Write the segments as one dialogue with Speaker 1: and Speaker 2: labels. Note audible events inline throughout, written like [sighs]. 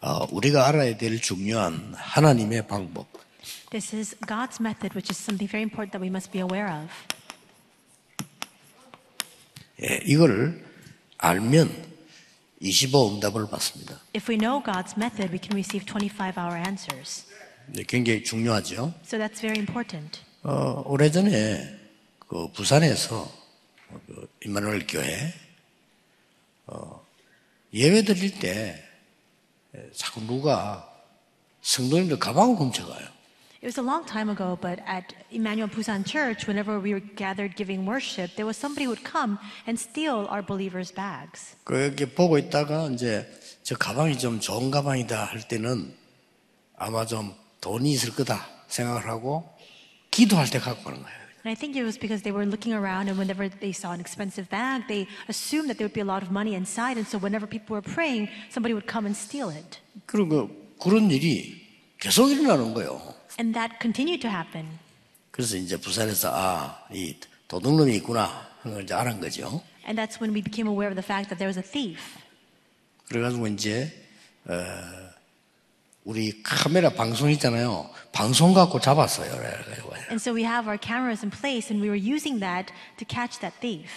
Speaker 1: 어, 우리가 알아야 될 중요한 하나님의 방법.
Speaker 2: This is God's method, which is something very important that we must be aware of.
Speaker 1: 예, 이거를 알면 25 응답을 받습니다.
Speaker 2: If we know God's method, we can receive 25 hour answers.
Speaker 1: 네, 굉장히 중요하죠.
Speaker 2: So that's very important.
Speaker 1: 어, 오래전에 그 부산에서 그 임마누엘 교회 어, 예배 드릴 때 자꾸 누가 성도님들 가방을 훔쳐가요.
Speaker 2: It was a long time ago, but at Emmanuel Busan Church, whenever we were gathered giving worship, there was somebody who would come and steal our believers' bags.
Speaker 1: 그렇게 보고 있다가 이제 저 가방이 좀 좋은 가방이다 할 때는 아마 좀 돈이 있을 거다 생각을 하고 기도할 때 갖고 가는 거예요.
Speaker 2: And I think it was because they were looking around, and whenever they saw an expensive bag, they assumed that there would be a lot of money inside. And so, whenever people were praying, somebody would come and steal it.
Speaker 1: 그런 거 그런 일이 계속 일어나는 거예요.
Speaker 2: And that continued to happen.
Speaker 1: 그래서 이제 부산에서 아, 이 도둑놈이 있구나 하는 걸 이제 알은 거죠.
Speaker 2: And that's when we became aware of the fact that there was a thief.
Speaker 1: 그래가지고 이제 어, 우리 카메라 방송 있잖아요. 방송 갖고 잡았어요. 그래가지고
Speaker 2: And so, we have our cameras in place, and we were using that to catch that thief.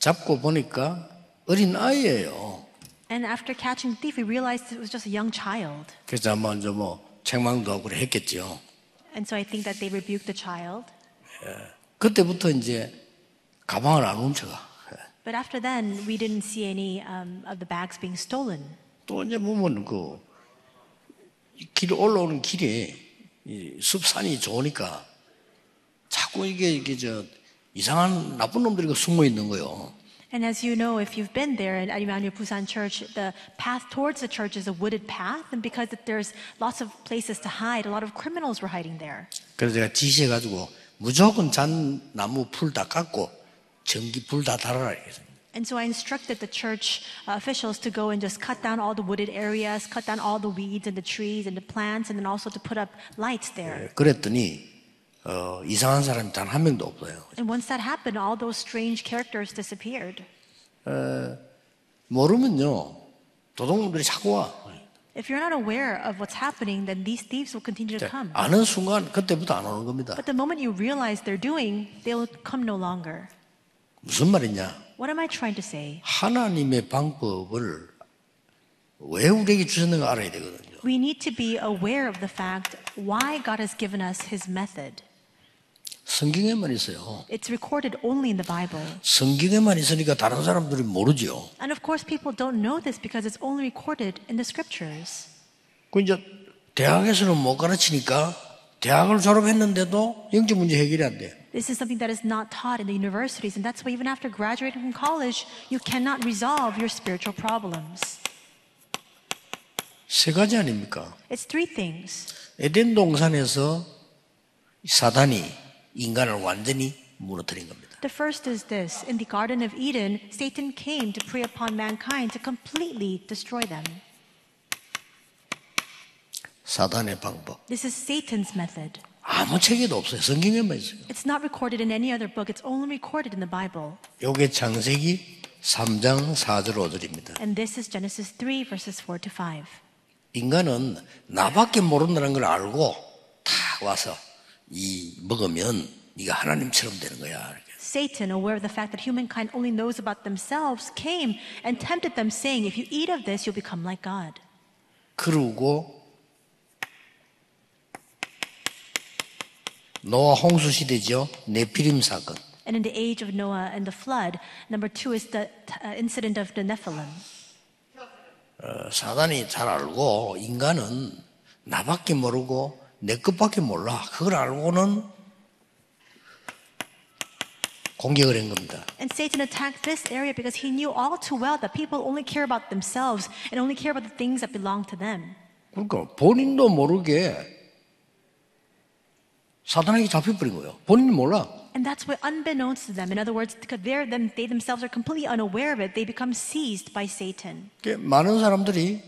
Speaker 1: 잡고 보니까 어린 아이예요.
Speaker 2: And after catching the thief, we realized it was just a young child.
Speaker 1: 그래서 아마 이제 뭐 책망도 하고 그래 했겠죠.
Speaker 2: And so I think that they rebuked the child.
Speaker 1: 그때부터 이제 가방을 안 훔쳐가.
Speaker 2: But after then, we didn't see any um, of the bags being stolen.
Speaker 1: 또 이제 보면 그길 올라오는 길이 이 숲산이 좋으니까 자꾸 이게 이게 저 이상한 나쁜 놈들이 그 숨어 있는 거요.
Speaker 2: And as you know, if you've been there at Emmanuel Busan Church, the path towards the church is a wooded path. And because it- there's lots of places to hide, a lot of criminals were hiding there.
Speaker 1: 그래서 제가 지시해 가지고 무조건 잔 나무 풀 다 깎고 전기 불 다 달아라 이랬어요.
Speaker 2: And so I instructed the church uh, officials to go and just cut down all the wooded areas, cut down all the weeds and the trees and the plants, and then also to put up lights there.
Speaker 1: 그랬더니 어, 이상한 사람이 단 한 명도 없어요.
Speaker 2: And once that happened, all those strange characters disappeared.
Speaker 1: 모르면요 도둑놈들이 자꾸 와.
Speaker 2: If you're not aware of what's happening, then these thieves will continue to come.
Speaker 1: 예, 아는 순간 그때부터 안 오는 겁니다.
Speaker 2: But the moment you realize they're doing, they'll come no longer.
Speaker 1: 무슨 말이냐?
Speaker 2: What am I trying to say?
Speaker 1: 하나님의 방법을 왜 우리에게 주셨는가 알아야 되거든요.
Speaker 2: We need to be aware of the fact why God has given us his method.
Speaker 1: 성경에만 있어요.
Speaker 2: It's recorded only in the Bible.
Speaker 1: 성경에만 있으니까 다른 사람들이 모르죠.
Speaker 2: And of course, people don't know this because it's only recorded in the scriptures.
Speaker 1: 그 이제 대학에서는 못 가르치니까 대학을 졸업했는데도 영적 문제 해결이 안 돼요.
Speaker 2: This is something that is not taught in the universities, and that's why even after graduating from college, you cannot resolve your spiritual problems.
Speaker 1: 세 가지 아닙니까?
Speaker 2: It's three things.
Speaker 1: 에덴 동산에서 사단이 인간을 완전히 무너뜨린 겁니다.
Speaker 2: The first is this In the Garden of Eden, Satan came to prey upon mankind to completely destroy them.
Speaker 1: 사단의 방법.
Speaker 2: This is Satan's method.
Speaker 1: 아무 책에도 없어요. 성경에만 있어요.
Speaker 2: It's not recorded in any other book, it's only recorded in the Bible.
Speaker 1: 요게 창세기 3장 4절 5절입니다.
Speaker 2: And this is Genesis 3, verses 4 to 5.
Speaker 1: 인간은 나밖에 모른다는 걸 알고 탁 와서 이 먹으면 네가 하나님처럼 되는 거야. 이렇게.
Speaker 2: Satan, aware of the fact that humankind only knows about themselves, came and tempted them, saying, If you eat of this, you'll become like God.
Speaker 1: 그러고 노아 홍수 시대죠. 네피림 사건.
Speaker 2: And in the age of Noah and the flood, number two is the uh, incident of the Nephilim.
Speaker 1: 어, 사단이 잘 알고 인간은 나밖에 모르고 내 것밖에 몰라. 그걸 알고는 공격을 한 겁니다.
Speaker 2: And Satan attacked this area because he knew all too well that people only care about themselves and only care about the things that belong to them.
Speaker 1: 그러니까 본인도 모르게 사단에게 잡혀버린 거예요. 본인이 몰라.
Speaker 2: And that's what unbeknownst to them. In other words, because they're them, they themselves are completely unaware of it, they become seized by Satan.
Speaker 1: 이게 많은 사람들이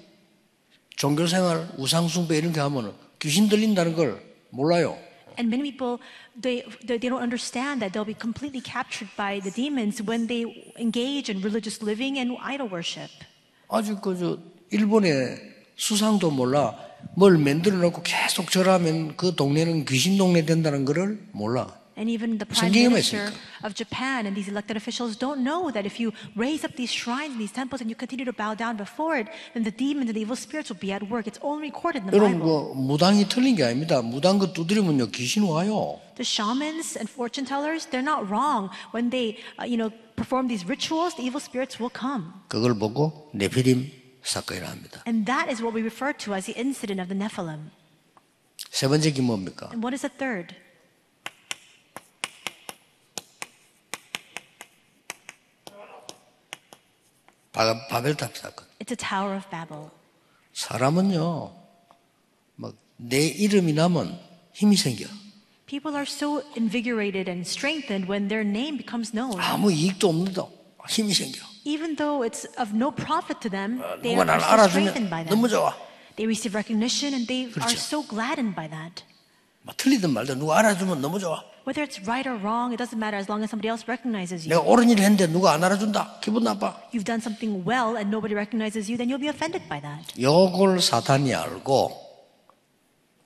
Speaker 1: 종교생활, 우상숭배 이런 게 하면 귀신 들린다는 걸 몰라요.
Speaker 2: And many people, they, they, they don't understand that they'll be completely captured by the demons when they engage in religious living and idol worship.
Speaker 1: 아직 그저 그 일본에 수상도 몰라. 뭘 만들어 놓고 계속 절하면 그 동네는 귀신 동네 된다는 거를 몰라.
Speaker 2: And even the prime
Speaker 1: 성경에만
Speaker 2: minister
Speaker 1: 있으니까.
Speaker 2: of Japan and these elected officials don't know that if you raise up these shrines and these temples and you continue to bow down before it, then the demons and the evil spirits will be at work. It's all recorded in the
Speaker 1: 여러분
Speaker 2: Bible.
Speaker 1: 그 무당이 틀린 게 아닙니다. 무당 그 두드리면요 귀신 와요.
Speaker 2: The shamans and fortune tellers, they're not wrong. When they, uh, you know, perform these rituals, the evil spirits will come.
Speaker 1: 그걸 보고 네피림 사건이라 합니다.
Speaker 2: And that is what we refer to as the incident of the Nephilim.
Speaker 1: 세 번째 게 뭡니까?
Speaker 2: And what is the third?
Speaker 1: 바, 바벨탑 사건.
Speaker 2: It's a Tower of Babel.
Speaker 1: 사람은요 막 내 이름이 나면 힘이 생겨.
Speaker 2: People are so invigorated and strengthened when their name becomes known.
Speaker 1: 아무 이익도 없는데 힘이 생겨.
Speaker 2: Even though it's of no profit to them, they
Speaker 1: 누가 날
Speaker 2: are so strengthened by
Speaker 1: 알아주면 너무
Speaker 2: that.
Speaker 1: 좋아.
Speaker 2: They receive recognition and they are
Speaker 1: 그렇죠.
Speaker 2: so gladdened by that.
Speaker 1: 뭐 틀리든 말든 누가 알아주면 너무 좋아.
Speaker 2: Whether it's right or wrong, it doesn't matter as long as somebody else recognizes you.
Speaker 1: 내가 옳은 일을 했는데 누가 안 알아준다. 기분 나빠.
Speaker 2: You've done something well and nobody recognizes you, then you'll be offended by that.
Speaker 1: 요걸 사탄이 알고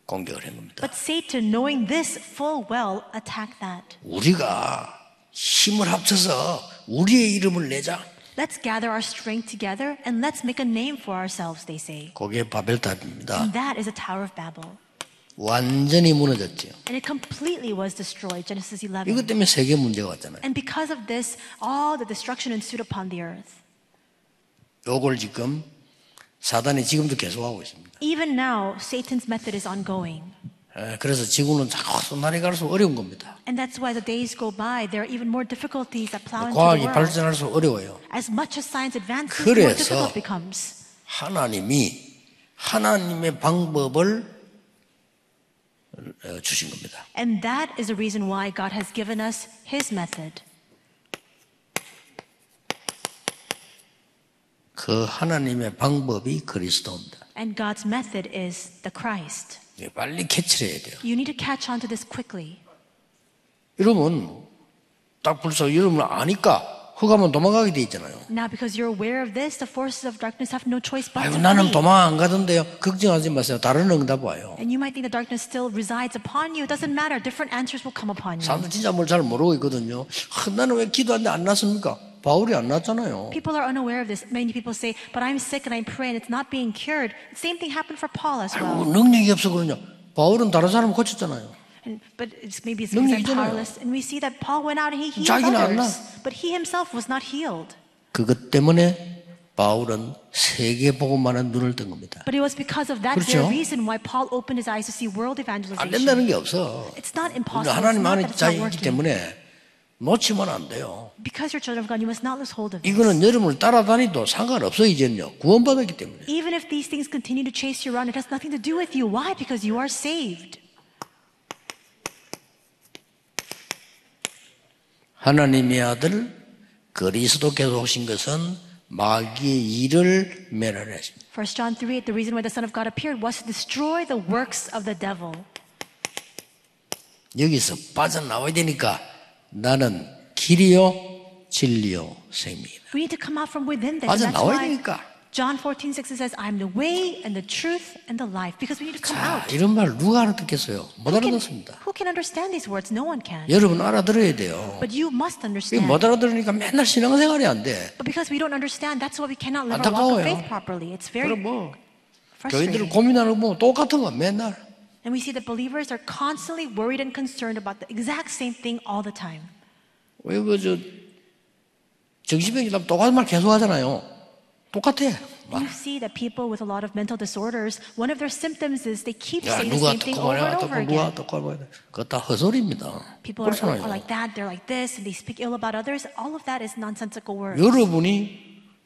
Speaker 1: 공격을 한 겁니다.
Speaker 2: But Satan, knowing this full well, attacked that.
Speaker 1: 우리가 힘을 합쳐서 우리의 이름을 내자.
Speaker 2: Let's gather our strength together and let's make a name for ourselves, they say.
Speaker 1: 그게 바벨탑입니다.
Speaker 2: And that is a Tower of Babel.
Speaker 1: 완전히 무너졌죠.
Speaker 2: And it completely was destroyed, Genesis 11.
Speaker 1: 이것 때문에 세계 문제가 왔잖아요.
Speaker 2: And because of this, all the destruction ensued upon the earth.
Speaker 1: 요걸 지금 사단이 지금도 계속하고 있습니다.
Speaker 2: Even now, Satan's method is ongoing.
Speaker 1: 예, 그래서 지구는 자꾸 날이 갈수록 어려운 겁니다.
Speaker 2: And that's why the days go by, there are even more difficulties that plow into
Speaker 1: 과학이
Speaker 2: the world.
Speaker 1: 발전할수록 어려워요.
Speaker 2: As much as science advances, the more
Speaker 1: 그래서-
Speaker 2: difficult it becomes.
Speaker 1: 하나님이 하나님의 방법을 어, 주신 겁니다.
Speaker 2: And that is the reason why God has given us his method.
Speaker 1: 그 하나님의 방법이 그리스도입니다.
Speaker 2: And God's method is the Christ.
Speaker 1: 예, 빨리 캐치를 해야 돼요.
Speaker 2: You need to catch on to this quickly.
Speaker 1: 이러면 딱 벌써 이러면 아니까 허가면 도망가게 돼 있잖아요.
Speaker 2: Now, because you're aware of this, the forces of darkness have no choice but
Speaker 1: 아유
Speaker 2: to
Speaker 1: 나는
Speaker 2: flee.
Speaker 1: 도망 안 가던데요. 걱정하지 마세요. 다른 응답 와요.
Speaker 2: And you might think the darkness still resides upon you. It doesn't matter. Different answers will come upon you.
Speaker 1: 사람들 진짜 뭘 잘 모르고 있거든요. 아, 나는 왜 기도하는데 안 났습니까? 바울이 안 났잖아요.
Speaker 2: People are unaware of this. Many people say, but I'm sick and I pray and it's not being cured. Same thing happened for Paul as
Speaker 1: 아이고,
Speaker 2: well.
Speaker 1: 뭐 능력이 없어 그러냐. 바울은 다른 사람 고쳤잖아요.
Speaker 2: And, but it's, maybe it's because I'm
Speaker 1: 능력이잖아요.
Speaker 2: powerless. And we see that Paul went out and he healed
Speaker 1: 자기는 안
Speaker 2: others. But he himself was not healed.
Speaker 1: 그것 때문에 바울은 세계 복음만한 눈을 뜬 겁니다.
Speaker 2: But it was because of that
Speaker 1: 그렇죠.
Speaker 2: very reason why Paul opened his eyes to see world
Speaker 1: 안
Speaker 2: evangelization.
Speaker 1: 된다는 게 없어.
Speaker 2: It's not
Speaker 1: 근데
Speaker 2: impossible. It's
Speaker 1: 하나님
Speaker 2: not
Speaker 1: 안에
Speaker 2: that it's not
Speaker 1: 자기이기
Speaker 2: working.
Speaker 1: 때문에 놓치면 안 돼요.
Speaker 2: Because you're children of God, you must not lose hold of it.
Speaker 1: 이거는 여러분을 따라다니도 상관없어 이제는요. 구원받았기 때문에.
Speaker 2: Even if these things continue to chase you around, it has nothing to do with you. Why? Because you are saved.
Speaker 1: 하나님의 아들 그리스도께서 오신 것은 마귀의 일을 멸하려 하십니다.
Speaker 2: 1 John 3 8, the reason why the Son of God appeared was to destroy the works of the devil.
Speaker 1: 여기서 빠져나와야 되니까 나는 길이요 진리요 생명이다.
Speaker 2: We need to come out from within this. and that's
Speaker 1: 빠져나와야
Speaker 2: why
Speaker 1: 되니까.
Speaker 2: John 14, 6 says, I am the way and the truth and the life. Because we need to come
Speaker 1: 자,
Speaker 2: out.
Speaker 1: 아, 이런 말 누가 알아듣겠어요? 못
Speaker 2: Who can,
Speaker 1: 알아듣습니다.
Speaker 2: who can understand these words? No one can.
Speaker 1: 여러분 알아들어야 돼요.
Speaker 2: But you must understand.
Speaker 1: 이못 알아들으니까 맨날 신앙생활이 안 돼.
Speaker 2: But because we don't understand, that's why we cannot live our walk of
Speaker 1: 안타까워요.
Speaker 2: faith properly. It's
Speaker 1: 그럼
Speaker 2: very
Speaker 1: 뭐 교인들
Speaker 2: frustrating.
Speaker 1: 고민하는 거 보면 똑같은 거 맨날.
Speaker 2: And we see that believers are constantly worried and concerned about the exact same thing all the time.
Speaker 1: 왜 그 저 정신병이 나면 똑같은 말 계속 하잖아요. 똑같아. 막
Speaker 2: You see that people with a lot of mental disorders, one of their symptoms is they keep
Speaker 1: 야
Speaker 2: saying the
Speaker 1: 누가
Speaker 2: same thing
Speaker 1: 듣고 말해
Speaker 2: over and
Speaker 1: 듣고
Speaker 2: over again.
Speaker 1: 누가 듣고 말해 그거 다 헛소리입니다.
Speaker 2: People are, are
Speaker 1: 그렇잖아요.
Speaker 2: like that, they're like this, and they speak ill about others. All of that is nonsensical
Speaker 1: [laughs]
Speaker 2: words.
Speaker 1: 여러분이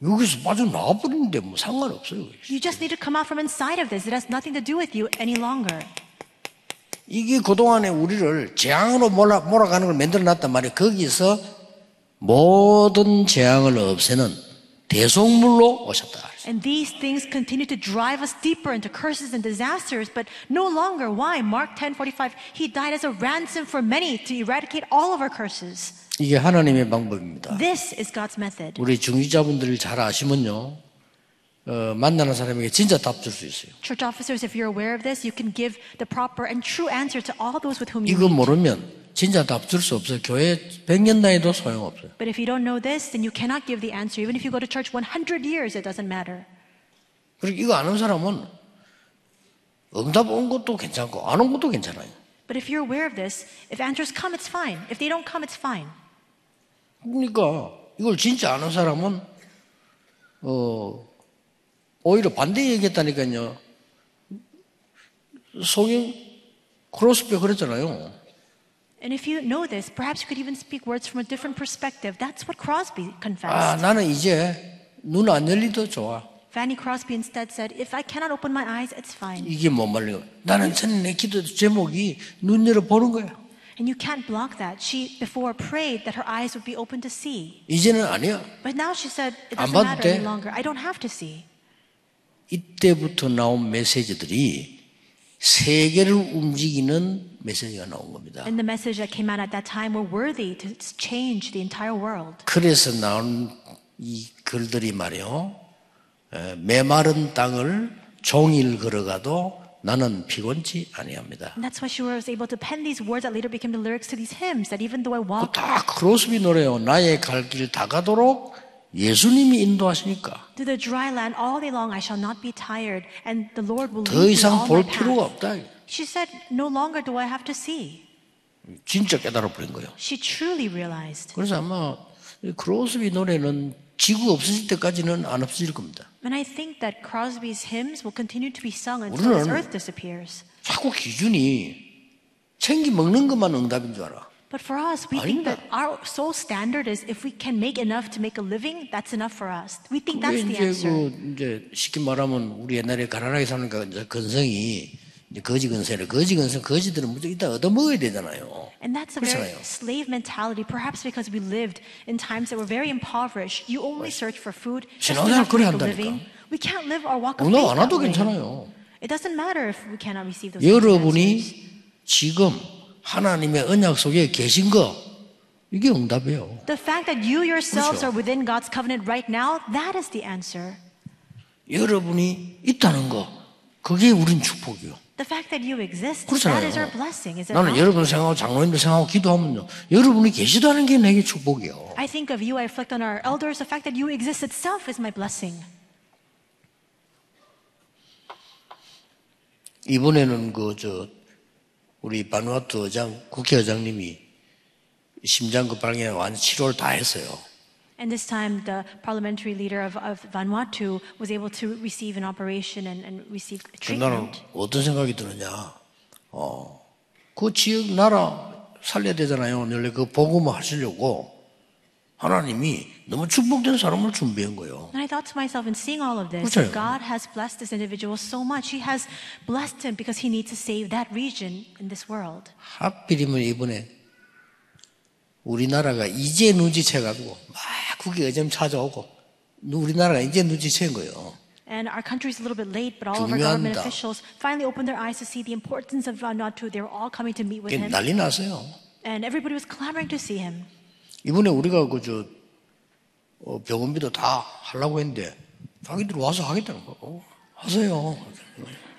Speaker 1: 여기서 빠져나와 버리는데 뭐 상관없어요.
Speaker 2: You just need to come out from inside of this. It has nothing to do with you any longer.
Speaker 1: 이게 그동안에 우리를 재앙으로 몰아, 몰아가는 걸 만들어 놨단 말이에요. 거기서 모든 재앙을 없애는 대속물로 오셨다.
Speaker 2: And these things continue to drive us deeper into curses and disasters, but no longer. Why? Mark 10 45, he died as a ransom for many to eradicate all of our curses.
Speaker 1: 이게 하나님의 방법입니다.
Speaker 2: This is God's method.
Speaker 1: 우리 중직자분들을 잘 아시면요. 어, 만나는 사람에게 진짜 답 줄 수 있어요.
Speaker 2: Church officers, if you're aware of this, you can give the proper and true answer to all those with whom you
Speaker 1: 이거
Speaker 2: meet.
Speaker 1: 모르면 진짜 답 줄 수 없어요. 교회 100년 다녀도 소용없어요.
Speaker 2: But if you don't know this, then you cannot give the answer. Even if you go to church 100 years, it doesn't matter.
Speaker 1: 그리고 이거 아는 사람은 응답 온 것도 괜찮고 안 온 것도 괜찮아요.
Speaker 2: But if you're aware of this, if answers come, it's fine. If they don't come, it's fine.
Speaker 1: 그러니까 이걸 진짜 아는 사람은 어 오히려 반대 얘기했다니까요. 송인 크로스백 그랬잖아요.
Speaker 2: And if you know this, perhaps you could even speak words from a different perspective. That's what Crosby
Speaker 1: 아
Speaker 2: confessed.
Speaker 1: 나는 이제 눈 안 열리도 좋아.
Speaker 2: Fanny Crosby instead said, If I cannot open my eyes, it's fine.
Speaker 1: 이게 못 말려. 나는 전에 내 기도 제목이 눈 열어 보는 거야.
Speaker 2: And you can't block that. She before prayed that her eyes would be open to see.
Speaker 1: 이제는 아니야.
Speaker 2: But now she said, It
Speaker 1: 안
Speaker 2: doesn't matter
Speaker 1: 봐도 돼.
Speaker 2: any longer. I don't have to see.
Speaker 1: 이때부터 나온 메시지들이 세계를 움직이는 메시지가 나온 겁니다.
Speaker 2: And the message that came out at that time were worthy to change the entire world.
Speaker 1: 그래서 나온 이 글들이 말이요. 에, 메마른 땅을 종일 걸어가도 나는 피곤치 아니합니다.
Speaker 2: And that's why she was able to pen these words that later became the lyrics to these hymns that even though I
Speaker 1: 그거
Speaker 2: walk
Speaker 1: 다 크로스비 노래요. 나의 갈 길 다 가도록 예수님이 인도하시니까
Speaker 2: through the dry land all day long, I shall not be tired, and the Lord will
Speaker 1: 더
Speaker 2: lead me
Speaker 1: 이상
Speaker 2: all my
Speaker 1: 볼 필요가
Speaker 2: path.
Speaker 1: 없다.
Speaker 2: She said, No longer do I have to see.
Speaker 1: 진짜 깨달아 버린 거예요.
Speaker 2: She truly realized.
Speaker 1: 그래서 아마 이 크로스비 노래는 지구 없어질 때까지는 안 없어질 겁니다.
Speaker 2: And I think that Crosby's hymns will continue to be sung until this
Speaker 1: 우리는-
Speaker 2: earth disappears.
Speaker 1: 자꾸 기준이 챙기 먹는 것만 응답인 줄 알아.
Speaker 2: But for us, we think
Speaker 1: 아닙니다.
Speaker 2: that our sole standard is if we can make enough to make a living, that's enough for us. We
Speaker 1: 그게
Speaker 2: think that's the
Speaker 1: 이제
Speaker 2: answer.
Speaker 1: 그 이제 쉽게 말하면 우리 옛날에 가난하게 사니까 이제 건성이 이제 거지 건세를 거지 건성 거지들은 무조건 일단 얻어 먹어야 되잖아요.
Speaker 2: And that's a very
Speaker 1: 그렇잖아요.
Speaker 2: slave mentality, perhaps because we lived in times that were very impoverished. You only search for food, just
Speaker 1: 지나가는
Speaker 2: enough to
Speaker 1: 그래
Speaker 2: make a
Speaker 1: 한다니까.
Speaker 2: living. We can't live our walk of
Speaker 1: 응답 안 와도
Speaker 2: faith that way.
Speaker 1: 괜찮아요.
Speaker 2: It doesn't matter if we cannot receive those answers.
Speaker 1: 여러분이 지금 하나님의 언약 속에 계신 거 이게 응답이에요.
Speaker 2: The fact that you yourselves
Speaker 1: 그렇죠.
Speaker 2: are within God's covenant right now, that is the answer.
Speaker 1: 여러분이 있다는 거 그게 우린 축복이요.
Speaker 2: The fact that you exist, that is our
Speaker 1: 그렇잖아요.
Speaker 2: blessing, is it
Speaker 1: 나는
Speaker 2: not?
Speaker 1: 여러분 생각하고 장로님들 생각하고 기도하면요. 여러분이 계시다는 게 내게 축복이요.
Speaker 2: I think of you, I reflect on our elders. The fact that you exist itself is my blessing.
Speaker 1: 이번에는 그 저 우리 바누아투 의장 국회의장님이 심장급 발견 완 치료를 다 했어요.
Speaker 2: And this time, the parliamentary leader of, of Vanuatu was able to receive an operation and, and receive
Speaker 1: 그럼 나는
Speaker 2: treatment.
Speaker 1: 어떤 생각이 드느냐? 어, 그 지역 나라 살려야 되잖아요. 원래 그 복음을 하시려고 하나님이 너무 축복된 사람을 준비한 거예요.
Speaker 2: And I thought to myself, in seeing all of this,
Speaker 1: 그렇죠.
Speaker 2: God has blessed this individual so much. He has blessed him because he needs to save that region in this world.
Speaker 1: 하필이면 이번에 우리나라가 이제 눈치채가지고 막 국회의장 찾아오고 우리나라가 이제 눈치챈 거예요.
Speaker 2: And our country is a little bit late, but all of our government
Speaker 1: 중요합니다.
Speaker 2: officials finally opened their eyes to see the importance of Vanuatu. They were all coming to meet with
Speaker 1: 그게
Speaker 2: him,
Speaker 1: 난리 났어요.
Speaker 2: and everybody was clamoring to see him.
Speaker 1: 이번에 우리가 그저 어, 병원비도 다 하려고 했는데 자기들 와서 하겠다는 거. 어, 하세요.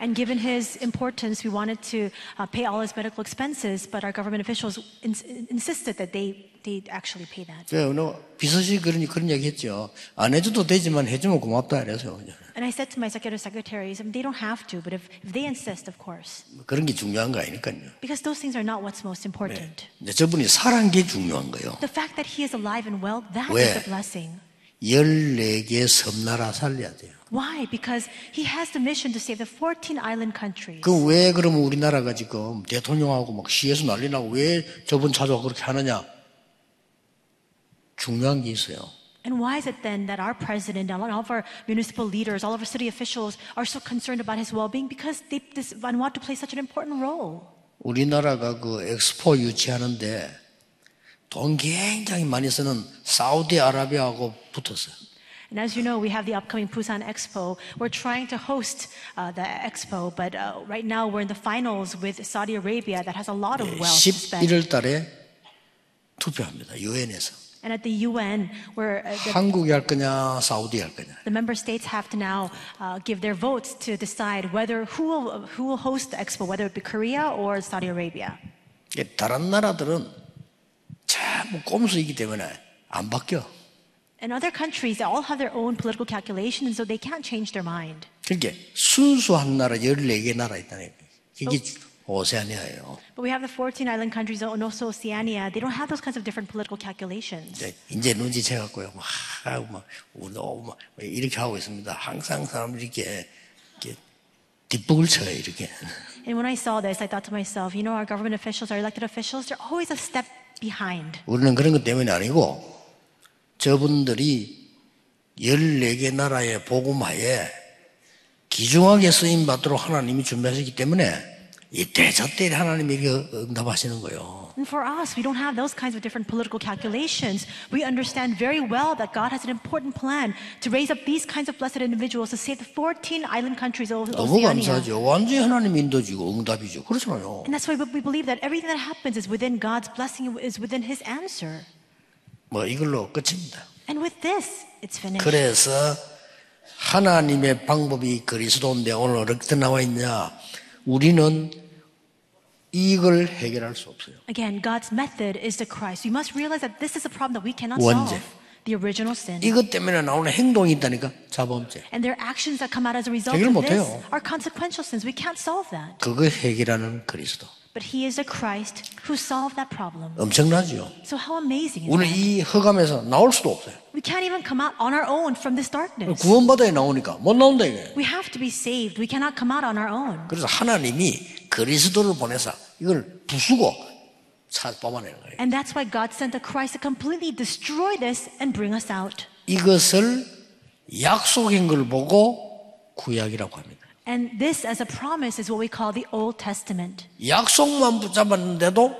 Speaker 2: And given his importance, we wanted to uh, pay all his medical expenses, but our government officials ins- insisted that they, they actually pay that.
Speaker 1: 네, 오늘 비서실 그런 그런 얘기했죠. 안 해줘도 되지만 해주면 고맙다 이래서 그냥
Speaker 2: And I said to my secretary secretaries, I mean, they don't have to, but if, if they insist, of course,
Speaker 1: 그런 게 중요한 거 아니니까요.
Speaker 2: because those things are not what's most important.
Speaker 1: 이제 저분이 살아난 게 중요한 거예요.
Speaker 2: The fact that he is alive and well, that is
Speaker 1: 왜?
Speaker 2: a blessing.
Speaker 1: 14개 섬나라 살려야 돼요.
Speaker 2: Why? Because he has the mission to save the 14 island countries.
Speaker 1: 그 왜 그러면 우리나라가 지금 대통령하고 막 시에서 난리 나고 왜 저분 찾아와 그렇게 하느냐? 중요한 게 있어요.
Speaker 2: And why is it then that our president and all of our municipal leaders, all of our city officials are so concerned about his well-being? Because they, this Vanuatu plays such an important role.
Speaker 1: 우리나라가 그 엑스포 유치하는데 돈 굉장히 많이 쓰는 사우디아라비아하고 붙었어요.
Speaker 2: And as you know, we have the upcoming Busan Expo. We're trying to host uh, the expo, but uh, right now we're in the finals with Saudi Arabia that has a lot of wealth to spend.
Speaker 1: 11월 달에 투표합니다. 유엔에서.
Speaker 2: and at the UN, where uh, the,
Speaker 1: 한국이 할 거냐, 사우디 할 거냐.
Speaker 2: the member states have to now uh, give their votes to decide whether who will, who will host the expo, whether it be Korea or Saudi Arabia.
Speaker 1: 이게 다른 나라들은 전부 꼼수이기 때문에 안 바뀌어.
Speaker 2: And other countries, they all have their own political calculation, and so they can't change their mind.
Speaker 1: 그러니까 순수한 나라 14개 나라 있다니까. 이게 오세아니아예요.
Speaker 2: But we have the 14 island countries and also Oceania. They don't have those kinds of different political calculations.
Speaker 1: 이제, 네, 이제 눈치채 갖고요. 막, 하고 막, 우노, 막, 이렇게 하고 있습니다. 항상 사람들이 이렇게, 이렇게 뒷북을 쳐요, 이렇게.
Speaker 2: And when I saw this, I thought to myself, you know, our government officials, our elected officials, they're always a step behind.
Speaker 1: 우리는 그런 것 때문이 아니고, 저분들이 14개 나라의 복음화에 기중하게 쓰임 받도록 하나님이 준비하셨기 때문에, 이때 저때 하나님이 이렇게 응답하시는 거예요.
Speaker 2: And for us, we don't have those kinds of different political calculations. We understand very well that God has an important plan to raise up these kinds of blessed individuals to save the 14 island countries of
Speaker 1: 너무
Speaker 2: Oceania.
Speaker 1: 감사하죠. 완전히 하나님 인도지고 응답이죠. 그렇잖아요.
Speaker 2: And that's why we believe that everything that happens is within God's blessing, is within His answer.
Speaker 1: 뭐 이걸로 끝입니다.
Speaker 2: And with this, it's finished.
Speaker 1: 그래서 하나님의 방법이 그리스도인데 오늘 어떻게 나와 있냐? 우리는 이걸 해결할 수 없어요.
Speaker 2: Again, God's method is the Christ. We must realize that this is a problem that we cannot
Speaker 1: 원죄.
Speaker 2: solve. The original sin.
Speaker 1: 이것 때문에 나오는 행동이 있다니까 자범죄.
Speaker 2: And their actions that come out as a result
Speaker 1: 해결
Speaker 2: of
Speaker 1: 못
Speaker 2: this
Speaker 1: 해요.
Speaker 2: are consequential sins. We can't solve that.
Speaker 1: 그거 해결하는 그리스도.
Speaker 2: But He is the Christ who solved that problem.
Speaker 1: 엄청나죠.
Speaker 2: So how amazing is
Speaker 1: 오늘
Speaker 2: that?
Speaker 1: 이 허감에서 나올 수도 없어요.
Speaker 2: We can't even come out on our own from this darkness.
Speaker 1: 구원받아야 나오니까 못 나온다 이게.
Speaker 2: We have to be saved. We cannot come out on our own.
Speaker 1: 그래서 하나님이 그리스도를 보내서 이걸 부수고 차 뽑아내는 거예요.
Speaker 2: And that's why God sent the Christ to completely destroy this and bring us out.
Speaker 1: 이것을 약속인 걸 보고 구약이라고 합니다.
Speaker 2: And this, as a promise, is what we call the Old Testament.
Speaker 1: 약속만 붙잡았는데도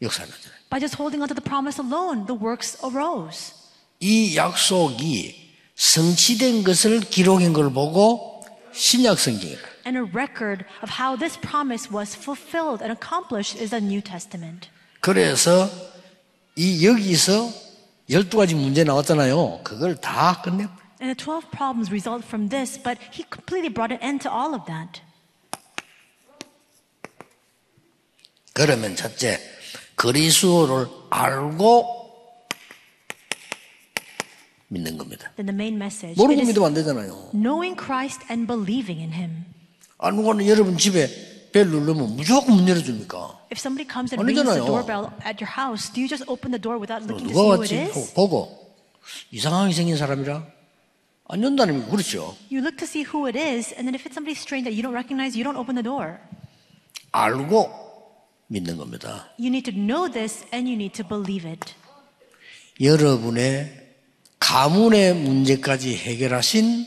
Speaker 1: 역사는 안 돼요.
Speaker 2: By just holding onto the promise alone, the works arose.
Speaker 1: 이 약속이 성취된 것을 기록인 걸 보고 신약 성경이라.
Speaker 2: And a record of how this promise was fulfilled and accomplished is the New Testament.
Speaker 1: 그래서 이 여기서 12가지 문제 나왔잖아요. 그걸 다 끝내
Speaker 2: And the 12 problems result from this, but he completely brought an end to all of that.
Speaker 1: 그러면 첫째 그리스도를 알고 믿는 겁니다.
Speaker 2: Then the main message
Speaker 1: 모르고
Speaker 2: it is
Speaker 1: 믿으면 안 되잖아요.
Speaker 2: knowing Christ and believing in him.
Speaker 1: 아무거나 여러분 집에 벨 누르면 무조건 문 열어줍니까?
Speaker 2: If somebody comes and rings the
Speaker 1: 아니잖아요.
Speaker 2: doorbell at your house, do you just open the door without looking to
Speaker 1: 누가
Speaker 2: see who
Speaker 1: 왔지?
Speaker 2: it
Speaker 1: 하고
Speaker 2: is?
Speaker 1: 보고 이상하게 생긴 사람이라 안 연다는 거 그렇죠.
Speaker 2: You look to see who it is, and then if it's somebody strange that you don't recognize, you don't open the door.
Speaker 1: 알고 믿는 겁니다.
Speaker 2: You need to know this and you need to believe it.
Speaker 1: 여러분의 가문의 문제까지 해결하신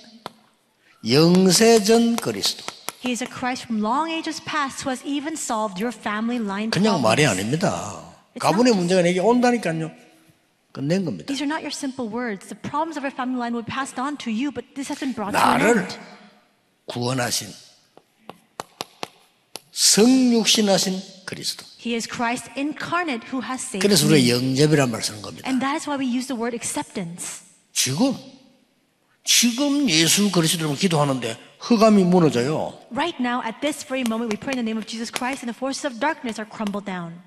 Speaker 1: 영세전 그리스도.
Speaker 2: He is a Christ from long ages past who has even solved your family line
Speaker 1: 그냥 말이
Speaker 2: problems.
Speaker 1: 아닙니다. 가문의 문제가 내게 온다니까요. 끝낸 겁니다.
Speaker 2: These are not your simple words. The problems of your family line will be passed on to you, but this has been brought to an
Speaker 1: 나를
Speaker 2: end.
Speaker 1: 구원하신 성육신하신 그리스도.
Speaker 2: He is Christ incarnate who has saved
Speaker 1: 그래서
Speaker 2: you.
Speaker 1: 우리가 영접이란 말을 쓰는 겁니다.
Speaker 2: And that is why we use the word acceptance.
Speaker 1: 지금 지금 예수 그리스도로 기도하는데 흑암이 무너져요.
Speaker 2: Right now, at this very moment, we pray in the name of Jesus Christ, and the forces of darkness are crumbled down.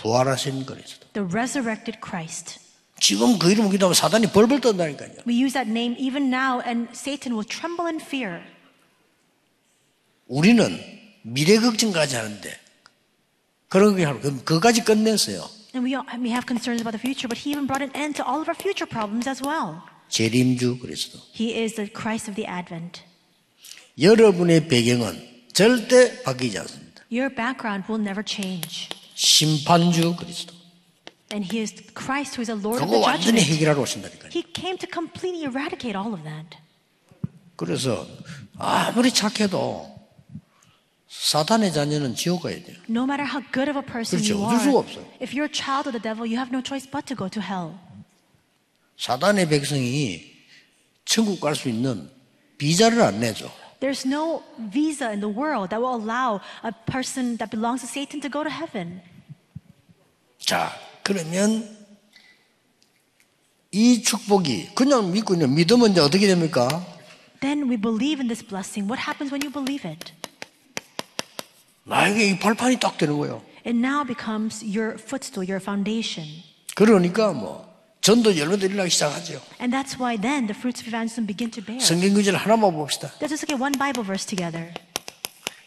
Speaker 1: 부활하신 그리스도.
Speaker 2: The resurrected Christ.
Speaker 1: 지금 그 이름을 기도하면 사단이 벌벌 떤다니까요.
Speaker 2: We use that name even now, and Satan will tremble in fear.
Speaker 1: 우리는 미래 걱정까지 하는데 그런 게 하고 그럼 그까지 끝냈어요.
Speaker 2: And we, all, we have concerns about the future, but he even brought an end to all of our future problems as well.
Speaker 1: 재림주 그리스도.
Speaker 2: He is the Christ of the Advent.
Speaker 1: 여러분의 배경은 절대 바뀌지 않습니다.
Speaker 2: Your background will never change.
Speaker 1: 심판주 그리스도.
Speaker 2: And he is Christ who is the Lord of
Speaker 1: 그거
Speaker 2: the
Speaker 1: 완전히
Speaker 2: judgment.
Speaker 1: 해결하러 오신다니까요.
Speaker 2: He came to completely eradicate all of that.
Speaker 1: 그래서 아무리 착해도 사단의 자녀는 지옥 가야 돼요.
Speaker 2: No matter how good of a person
Speaker 1: 그렇죠.
Speaker 2: you
Speaker 1: 어쩔 수가
Speaker 2: are,
Speaker 1: 없어요.
Speaker 2: if you're a child of the devil, you have no choice but to go to hell.
Speaker 1: 사단의 백성이 천국 갈 수 있는 비자를 안 내죠.
Speaker 2: There's no visa in the world that will allow a person that belongs to Satan to go to heaven.
Speaker 1: 자, 그러면 이 축복이 그냥 믿고 있는 믿으면 이제 어떻게 됩니까?
Speaker 2: Then we believe in this blessing. What happens when you believe it?
Speaker 1: 나에게 이 발판이 딱 되는 거예요.
Speaker 2: It now becomes your footstool, your foundation.
Speaker 1: 그러니까 뭐 전도 열매도 일어나기 시작하죠.
Speaker 2: And that's why then the fruits of evangelism begin to bear.
Speaker 1: 성경 구절 하나만 봅시다.
Speaker 2: Let's just look at one Bible verse together.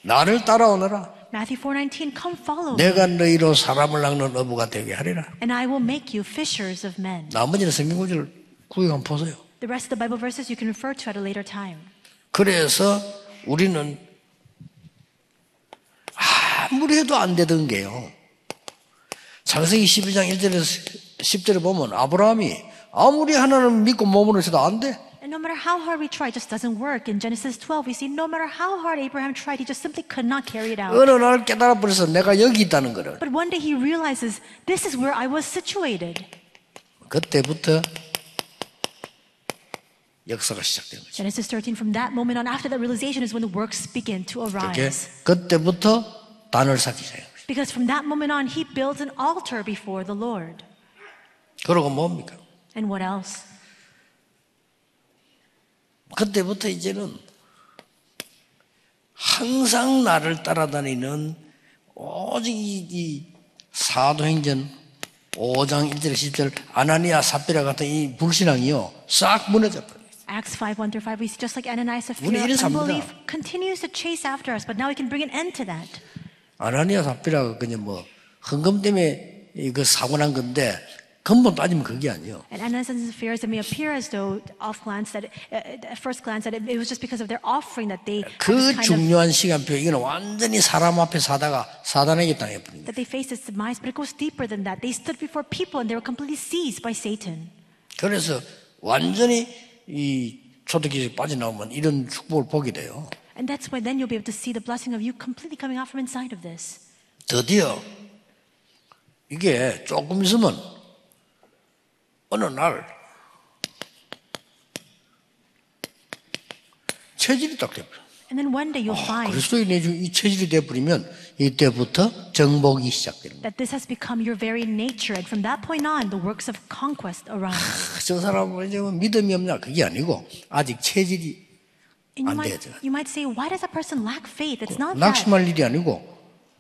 Speaker 1: 나를 따라오너라.
Speaker 2: Matthew 4:19, come follow me,
Speaker 1: 내가 너희로 사람을 낚는 어부가 되게 하리라.
Speaker 2: and I will make you fishers of men.
Speaker 1: 나머지는 성경 구절 구역 한번 보세요.
Speaker 2: The rest of the Bible verses you can refer to at a later time.
Speaker 1: 그래서 우리는 아무리 해도 안 되던 게요. 창세기 12장 1절에서 10절에 보면 아브라함이 아무리 하나님 믿고 몸으로 해도 안 돼.
Speaker 2: And no matter how hard we try, it just doesn't work. In Genesis 12, we see no matter how hard Abraham tried, he just simply could not carry it out.
Speaker 1: 어느 날 깨달아 버려서 내가 여기 있다는 거를.
Speaker 2: But one day he realizes, this is where I was situated.
Speaker 1: 그때부터 역사가 시작된 거죠.
Speaker 2: Genesis 13, from that moment on, after that realization, is when the works begin to
Speaker 1: 그게
Speaker 2: arise.
Speaker 1: 그때부터 단을 쌓기 시작해요.
Speaker 2: Because from that moment on, he builds an altar before the Lord.
Speaker 1: 그러고 뭡니까?
Speaker 2: And what else?
Speaker 1: 그때부터 이제는 항상 나를 따라다니는 오직 이, 이 사도행전 5장 1절 10절 아나니아 삽비라 같은 이 불신앙이요 싹 무너졌다.
Speaker 2: Acts 5, 1 through 5, we see just like Ananias, a
Speaker 1: 우리
Speaker 2: fear
Speaker 1: 이런
Speaker 2: of
Speaker 1: 사람들아.
Speaker 2: unbelief continues to chase after us, but now we can bring an end to that.
Speaker 1: 아나니아 삽비라가 그냥 뭐 헌금 때문에 이거 그 사고 난 건데 근본 따지면 그게 아니에요.
Speaker 2: And Ananias and Sapphira, it may appear as though, off glance, that uh, at first glance, that it, it was just because of their offering that they had
Speaker 1: 그
Speaker 2: this kind of,
Speaker 1: 중요한 시간표 이거는 완전히 사람 앞에 사다가 사단에게 당해버린 거예요.
Speaker 2: that they faced this demise. But it goes deeper than that. They stood before people and they were completely seized by Satan.
Speaker 1: 그래서 완전히 이 초대기에 빠져나오면 이런 축복을 보게 돼요.
Speaker 2: And that's why then you'll be able to see the blessing of you completely coming out from inside of this.
Speaker 1: 드디어 이게 조금 있으면 어느 날 체질이 딱 돼버려.
Speaker 2: And then one day you'll
Speaker 1: Oh,
Speaker 2: find
Speaker 1: 그리스도인 내중이 체질이 돼버리면 이때부터 정복이 시작되는 거예요.
Speaker 2: that this has become your very nature. And from that point on, the works of conquest arise.
Speaker 1: [sighs] 저 사람은 이제 뭐 믿음이 없냐? 그게 아니고 아직 체질이
Speaker 2: And you
Speaker 1: 안
Speaker 2: might,
Speaker 1: 돼요.
Speaker 2: you might say, why does that person lack faith? It's not that.
Speaker 1: 낙심할 일이 아니고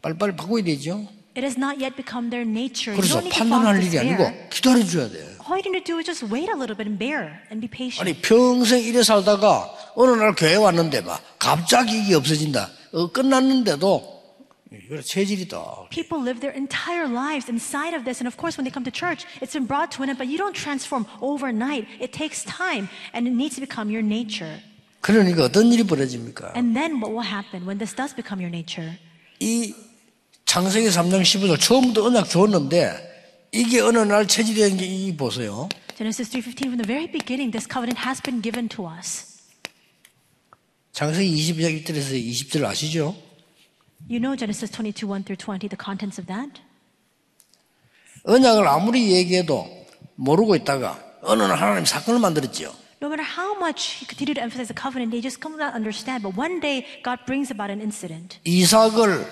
Speaker 1: 빨리빨리 바꿔야 되죠.
Speaker 2: It has not yet become their nature. You
Speaker 1: 그래서
Speaker 2: don't need to fall into
Speaker 1: 판단할 일이
Speaker 2: despair.
Speaker 1: 아니고 기다려줘야 돼.
Speaker 2: All you need to do is just wait a little bit and bear and be patient.
Speaker 1: 아니 평생 이래 살다가 어느 날 교회 왔는데 막 갑자기 이게 없어진다. 어, 끝났는데도 이거 체질이다.
Speaker 2: People live their entire lives inside of this, and of course, when they come to church, it's been brought to an end, but you don't transform overnight. It takes time, and it needs to become your nature.
Speaker 1: 그러니까 어떤 일이 벌어집니까?
Speaker 2: And then what will happen when this does become your nature?
Speaker 1: 이 창세기 3장 15절 처음부터 언약 줬는데 이게 어느 날 체질이 된게이 보세요.
Speaker 2: Genesis 3:15 from the very beginning this covenant has been given to us.
Speaker 1: 창세기 22장 1절에서 20절 아시죠?
Speaker 2: You know Genesis 22:1 through 20 the contents of that?
Speaker 1: 언약을 아무리 얘기해도 모르고 있다가 어느 날 하나님 사건을 만들었죠.
Speaker 2: No matter how much you continue to emphasize the covenant, they just come not understand. But one day God brings about an incident.
Speaker 1: 이삭을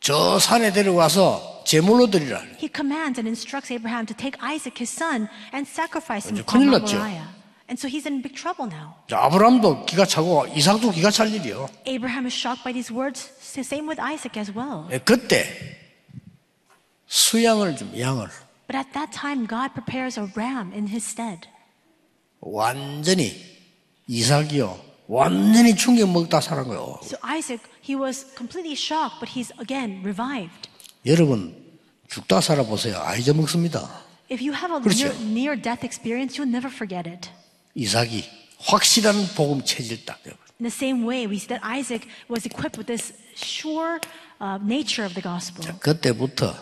Speaker 1: 저 산에 데려가서 제물로 드리라.
Speaker 2: He commands and instructs Abraham to take Isaac, his son, and sacrifice him
Speaker 1: 이제
Speaker 2: on
Speaker 1: 큰일
Speaker 2: Mount
Speaker 1: 났죠.
Speaker 2: Moriah. And so he's in big trouble now.
Speaker 1: 자, 아브라함도 기가 차고 이삭도 기가 찰 일이요.
Speaker 2: Abraham is shocked by these words. S- Same with Isaac as well.
Speaker 1: 예, 그때 수양을 좀 양을
Speaker 2: But at that time, God prepares a ram in his stead.
Speaker 1: 완전히 이삭이요. 완전히 충격 먹다 살은 거요.
Speaker 2: So Isaac, he was completely shocked, but he's again revived.
Speaker 1: 여러분 죽다 살아 보세요. 아 잊어먹습니다.
Speaker 2: If you have a
Speaker 1: 그렇죠.
Speaker 2: near, near death experience, you'll never forget it.
Speaker 1: 이삭이 확실한 복음 체질 딱 돼요.
Speaker 2: In the same way, we see that Isaac was equipped with this sure uh, nature of the gospel.
Speaker 1: 그때부터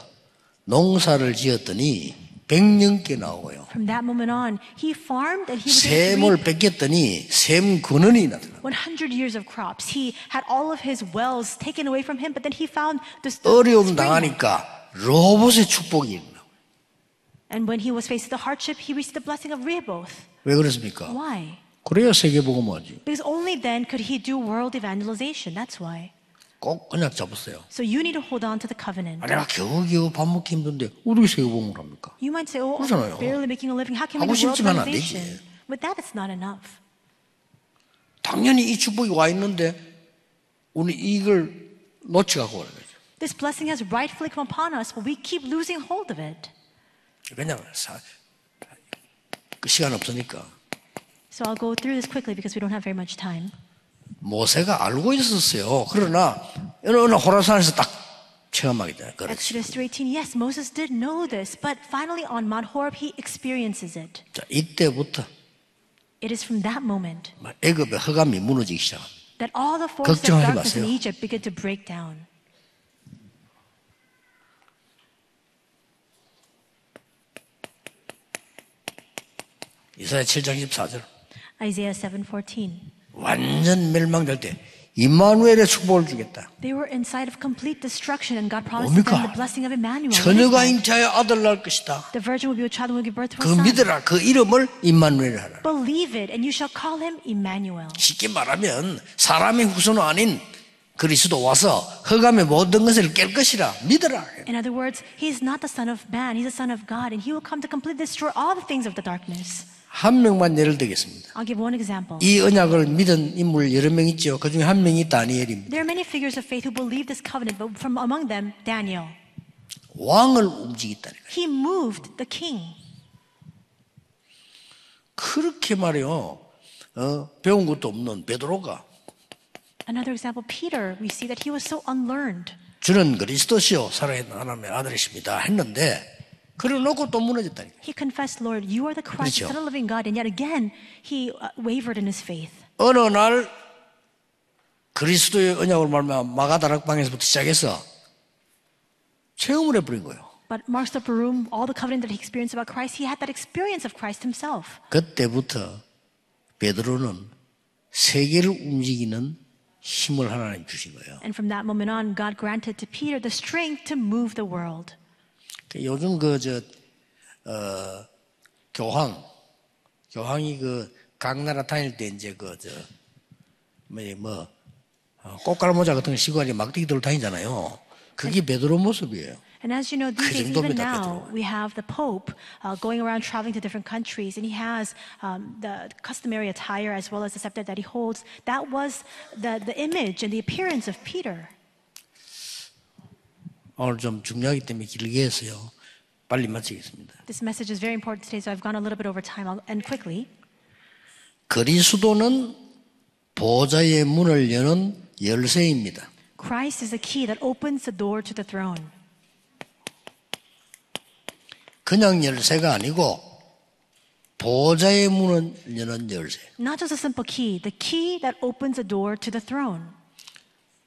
Speaker 1: 농사를 지었더니 백년께 나오고요.
Speaker 2: From that moment on, he farmed and he was able to
Speaker 1: 샘을
Speaker 2: reap
Speaker 1: 뺏겼더니 샘 근원이 나타나.
Speaker 2: 100 years of crops. He had all of his wells taken away from him, but then he found this.
Speaker 1: 어려움
Speaker 2: spring.
Speaker 1: 당하니까 로봇의 축복이 있나.
Speaker 2: And when he was faced with the hardship, he received the blessing of Rehoboth.
Speaker 1: 왜 그렇습니까?
Speaker 2: Why?
Speaker 1: 그래야 세계복음화지.
Speaker 2: Because only then could he do world evangelization. That's why.
Speaker 1: 꼭 그냥 잡았어요.
Speaker 2: So you need to hold on to the covenant.
Speaker 1: 아, 내가 겨우겨우 밥 먹기 힘든데 어떻게 새우봉을 합니까?
Speaker 2: You might say, oh,
Speaker 1: 그러잖아요.
Speaker 2: I'm barely making a living. How can we
Speaker 1: 하고
Speaker 2: do world
Speaker 1: 싶지만 안
Speaker 2: organization?
Speaker 1: 되지.
Speaker 2: With that, it's not enough.
Speaker 1: 당연히 이 축복이 와 있는데 우리 이걸 놓치갖고 오는 거죠.
Speaker 2: This blessing has rightfully come upon us, but we keep losing hold of it.
Speaker 1: 그냥 사, 그 시간 없으니까
Speaker 2: So I'll go through this quickly because we don't have very much time.
Speaker 1: 모세가 알고 있었어요. 그러나 어느 어느 호라산에서 딱 체험하게 되는 거죠.
Speaker 2: Exodus 3:18. Yes, Moses did know this, but finally on Mount Horeb he experiences it.
Speaker 1: 자, 이때부터
Speaker 2: It is from that moment
Speaker 1: 막 애굽의 허감이 무너지기 시작합니다.
Speaker 2: that all the forces of
Speaker 1: 걱정하지
Speaker 2: darkness in
Speaker 1: 마세요.
Speaker 2: Egypt begin to break down.
Speaker 1: 이사야 7장 14절.
Speaker 2: Isaiah 7:14.
Speaker 1: 완전 멸망될 때 이마누엘의 축복을 주겠다.
Speaker 2: They were in sight of complete destruction, and God promised
Speaker 1: 뭡니까?
Speaker 2: them the blessing of Emmanuel.
Speaker 1: 처녀가 잉태하여 아들 낳을 것이다.
Speaker 2: The virgin will be with child and will give birth to
Speaker 1: 그
Speaker 2: a son.
Speaker 1: 믿으라. 그 이름을 임마누엘 하라.
Speaker 2: Believe it, and you shall call him Emmanuel.
Speaker 1: 쉽게 말하면 사람의 후손 아닌 그리스도 와서 허감의 모든 것을 깰 것이라 믿으라.
Speaker 2: In other words, he is not the son of man, he's the son of God, and he will come to completely destroy all the things of the darkness.
Speaker 1: 한 명만 예를 들겠습니다.
Speaker 2: I'll give one example.
Speaker 1: 이 언약을 믿은 인물 여러 명 있죠. 그 중에 한 명이 다니엘입니다.
Speaker 2: There are many figures of faith who believe this covenant, but from among them, Daniel.
Speaker 1: 왕을 움직였다는 거예요.
Speaker 2: He moved the king.
Speaker 1: 그렇게 말이요. 어, 배운 것도 없는 베드로가
Speaker 2: Another example, Peter, we see that he was so unlearned.
Speaker 1: 주는 그리스도시요 살아있는 하나님의 아들이십니다 했는데 그래 놓고 또 무너졌다니까.
Speaker 2: He confessed, Lord, you are the Christ,
Speaker 1: 그렇죠.
Speaker 2: the Son of the living God, and yet again, he uh, wavered in his faith.
Speaker 1: 어느 날 그리스도의 언약을 말하면 마가다락방에서부터 시작해서 체험을 해버린 거예요.
Speaker 2: But marks the room, all the covenant that he experienced about Christ, he had that experience of Christ himself.
Speaker 1: 그때부터 베드로는 세계를 움직이는 힘을 하나님 주신 거예요.
Speaker 2: And from that moment on, God granted to Peter the strength to move the world.
Speaker 1: 그 요즘 그저 어, 교황 교황이 그 각 나라 다닐 때 이제 그저뭐뭐 뭐, 어, 꽃가루 모자 같은 거 쓰고 이제 막대기 들고 다니잖아요. 그게 베드로 모습이에요.
Speaker 2: And as you know, these
Speaker 1: 그
Speaker 2: days, even
Speaker 1: 정도입니다,
Speaker 2: now,
Speaker 1: 베드로가.
Speaker 2: we have the Pope uh, going around traveling to different countries, and he has um, the customary attire as well as the scepter that he holds. That was the, the image and the appearance of Peter.
Speaker 1: 오늘 좀 중요하기 때문에 길게 했어요. 빨리 마치겠습니다.
Speaker 2: This message is very important today, so I've gone a little bit over time. I'll end quickly.
Speaker 1: 그리스도는 보좌의 문을 여는 열쇠입니다.
Speaker 2: Christ is the key that opens the door to the throne.
Speaker 1: 그냥 열쇠가 아니고 보좌의 문을 여는 열쇠.
Speaker 2: Not just a simple key, the key that opens the door to the throne.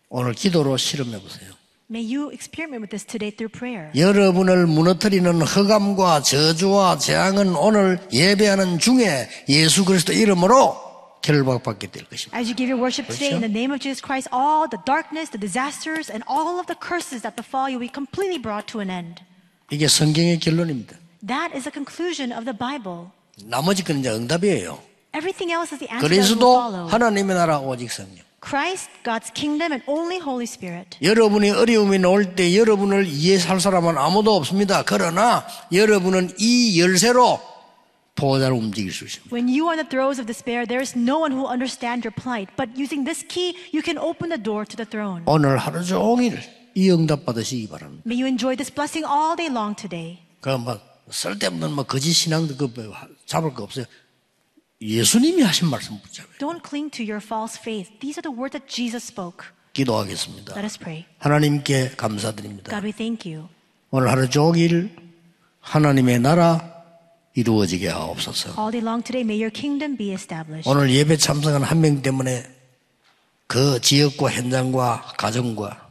Speaker 1: 오늘 기도로 실험해 보세요.
Speaker 2: May you experiment with this today through prayer.
Speaker 1: 여러분을 무너뜨리는 허감과 저주와 재앙은 오늘 예배하는 중에 예수 그리스도 이름으로 결박받게 될 것입니다.
Speaker 2: As you give your worship today in the name of Jesus Christ, all the darkness, the disasters, and all of the curses that befall you will be completely brought to an end.
Speaker 1: 이게 성경의 결론입니다.
Speaker 2: That is the conclusion of the Bible.
Speaker 1: 나머지 건 이제 응답이에요.
Speaker 2: Everything else is the answer that will
Speaker 1: 그리스도
Speaker 2: follow.
Speaker 1: 하나님의 나라 오직 성령.
Speaker 2: Christ, God's kingdom, and only Holy Spirit.
Speaker 1: 여러분이 어려움이 나올 때 여러분을 이해할 사람은 아무도 없습니다. 그러나 여러분은 이 열쇠로 보호자를 움직일 수 있습니다.
Speaker 2: When you are in the throes of despair, there is no one who will understand your plight. But using this key, you can open the door to the throne.
Speaker 1: 오늘 하루 종일 이 응답 받으시기 바랍니다.
Speaker 2: May you enjoy this blessing all day long today.
Speaker 1: 그막 쓸데없는 뭐 거짓 신앙도 그 잡을 거 없어요. 예수님이 하신 말씀 붙잡아요.
Speaker 2: Don't cling to your false faith. These are the words that Jesus spoke. Let
Speaker 1: 기도하겠습니다.
Speaker 2: us pray.
Speaker 1: 하나님께 감사드립니다.
Speaker 2: God, we thank you.
Speaker 1: 오늘 하루 종일 하나님의 나라 이루어지게 하옵소서.
Speaker 2: All day long today, may your kingdom be established.
Speaker 1: 오늘 예배 참석한 한 명 때문에 그 지역과 현장과 가정과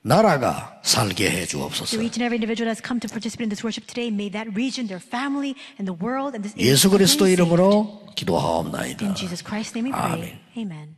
Speaker 1: 나라가 살게 해 주옵소서.
Speaker 2: To each and every individual that's come to participate in this worship today, may that region, their family, and the world, and this
Speaker 1: 예수 그리스도
Speaker 2: completely saved.
Speaker 1: 이름으로
Speaker 2: In
Speaker 1: 기도하옵나이다.
Speaker 2: Jesus Christ's name we
Speaker 1: 아멘.
Speaker 2: pray. Amen.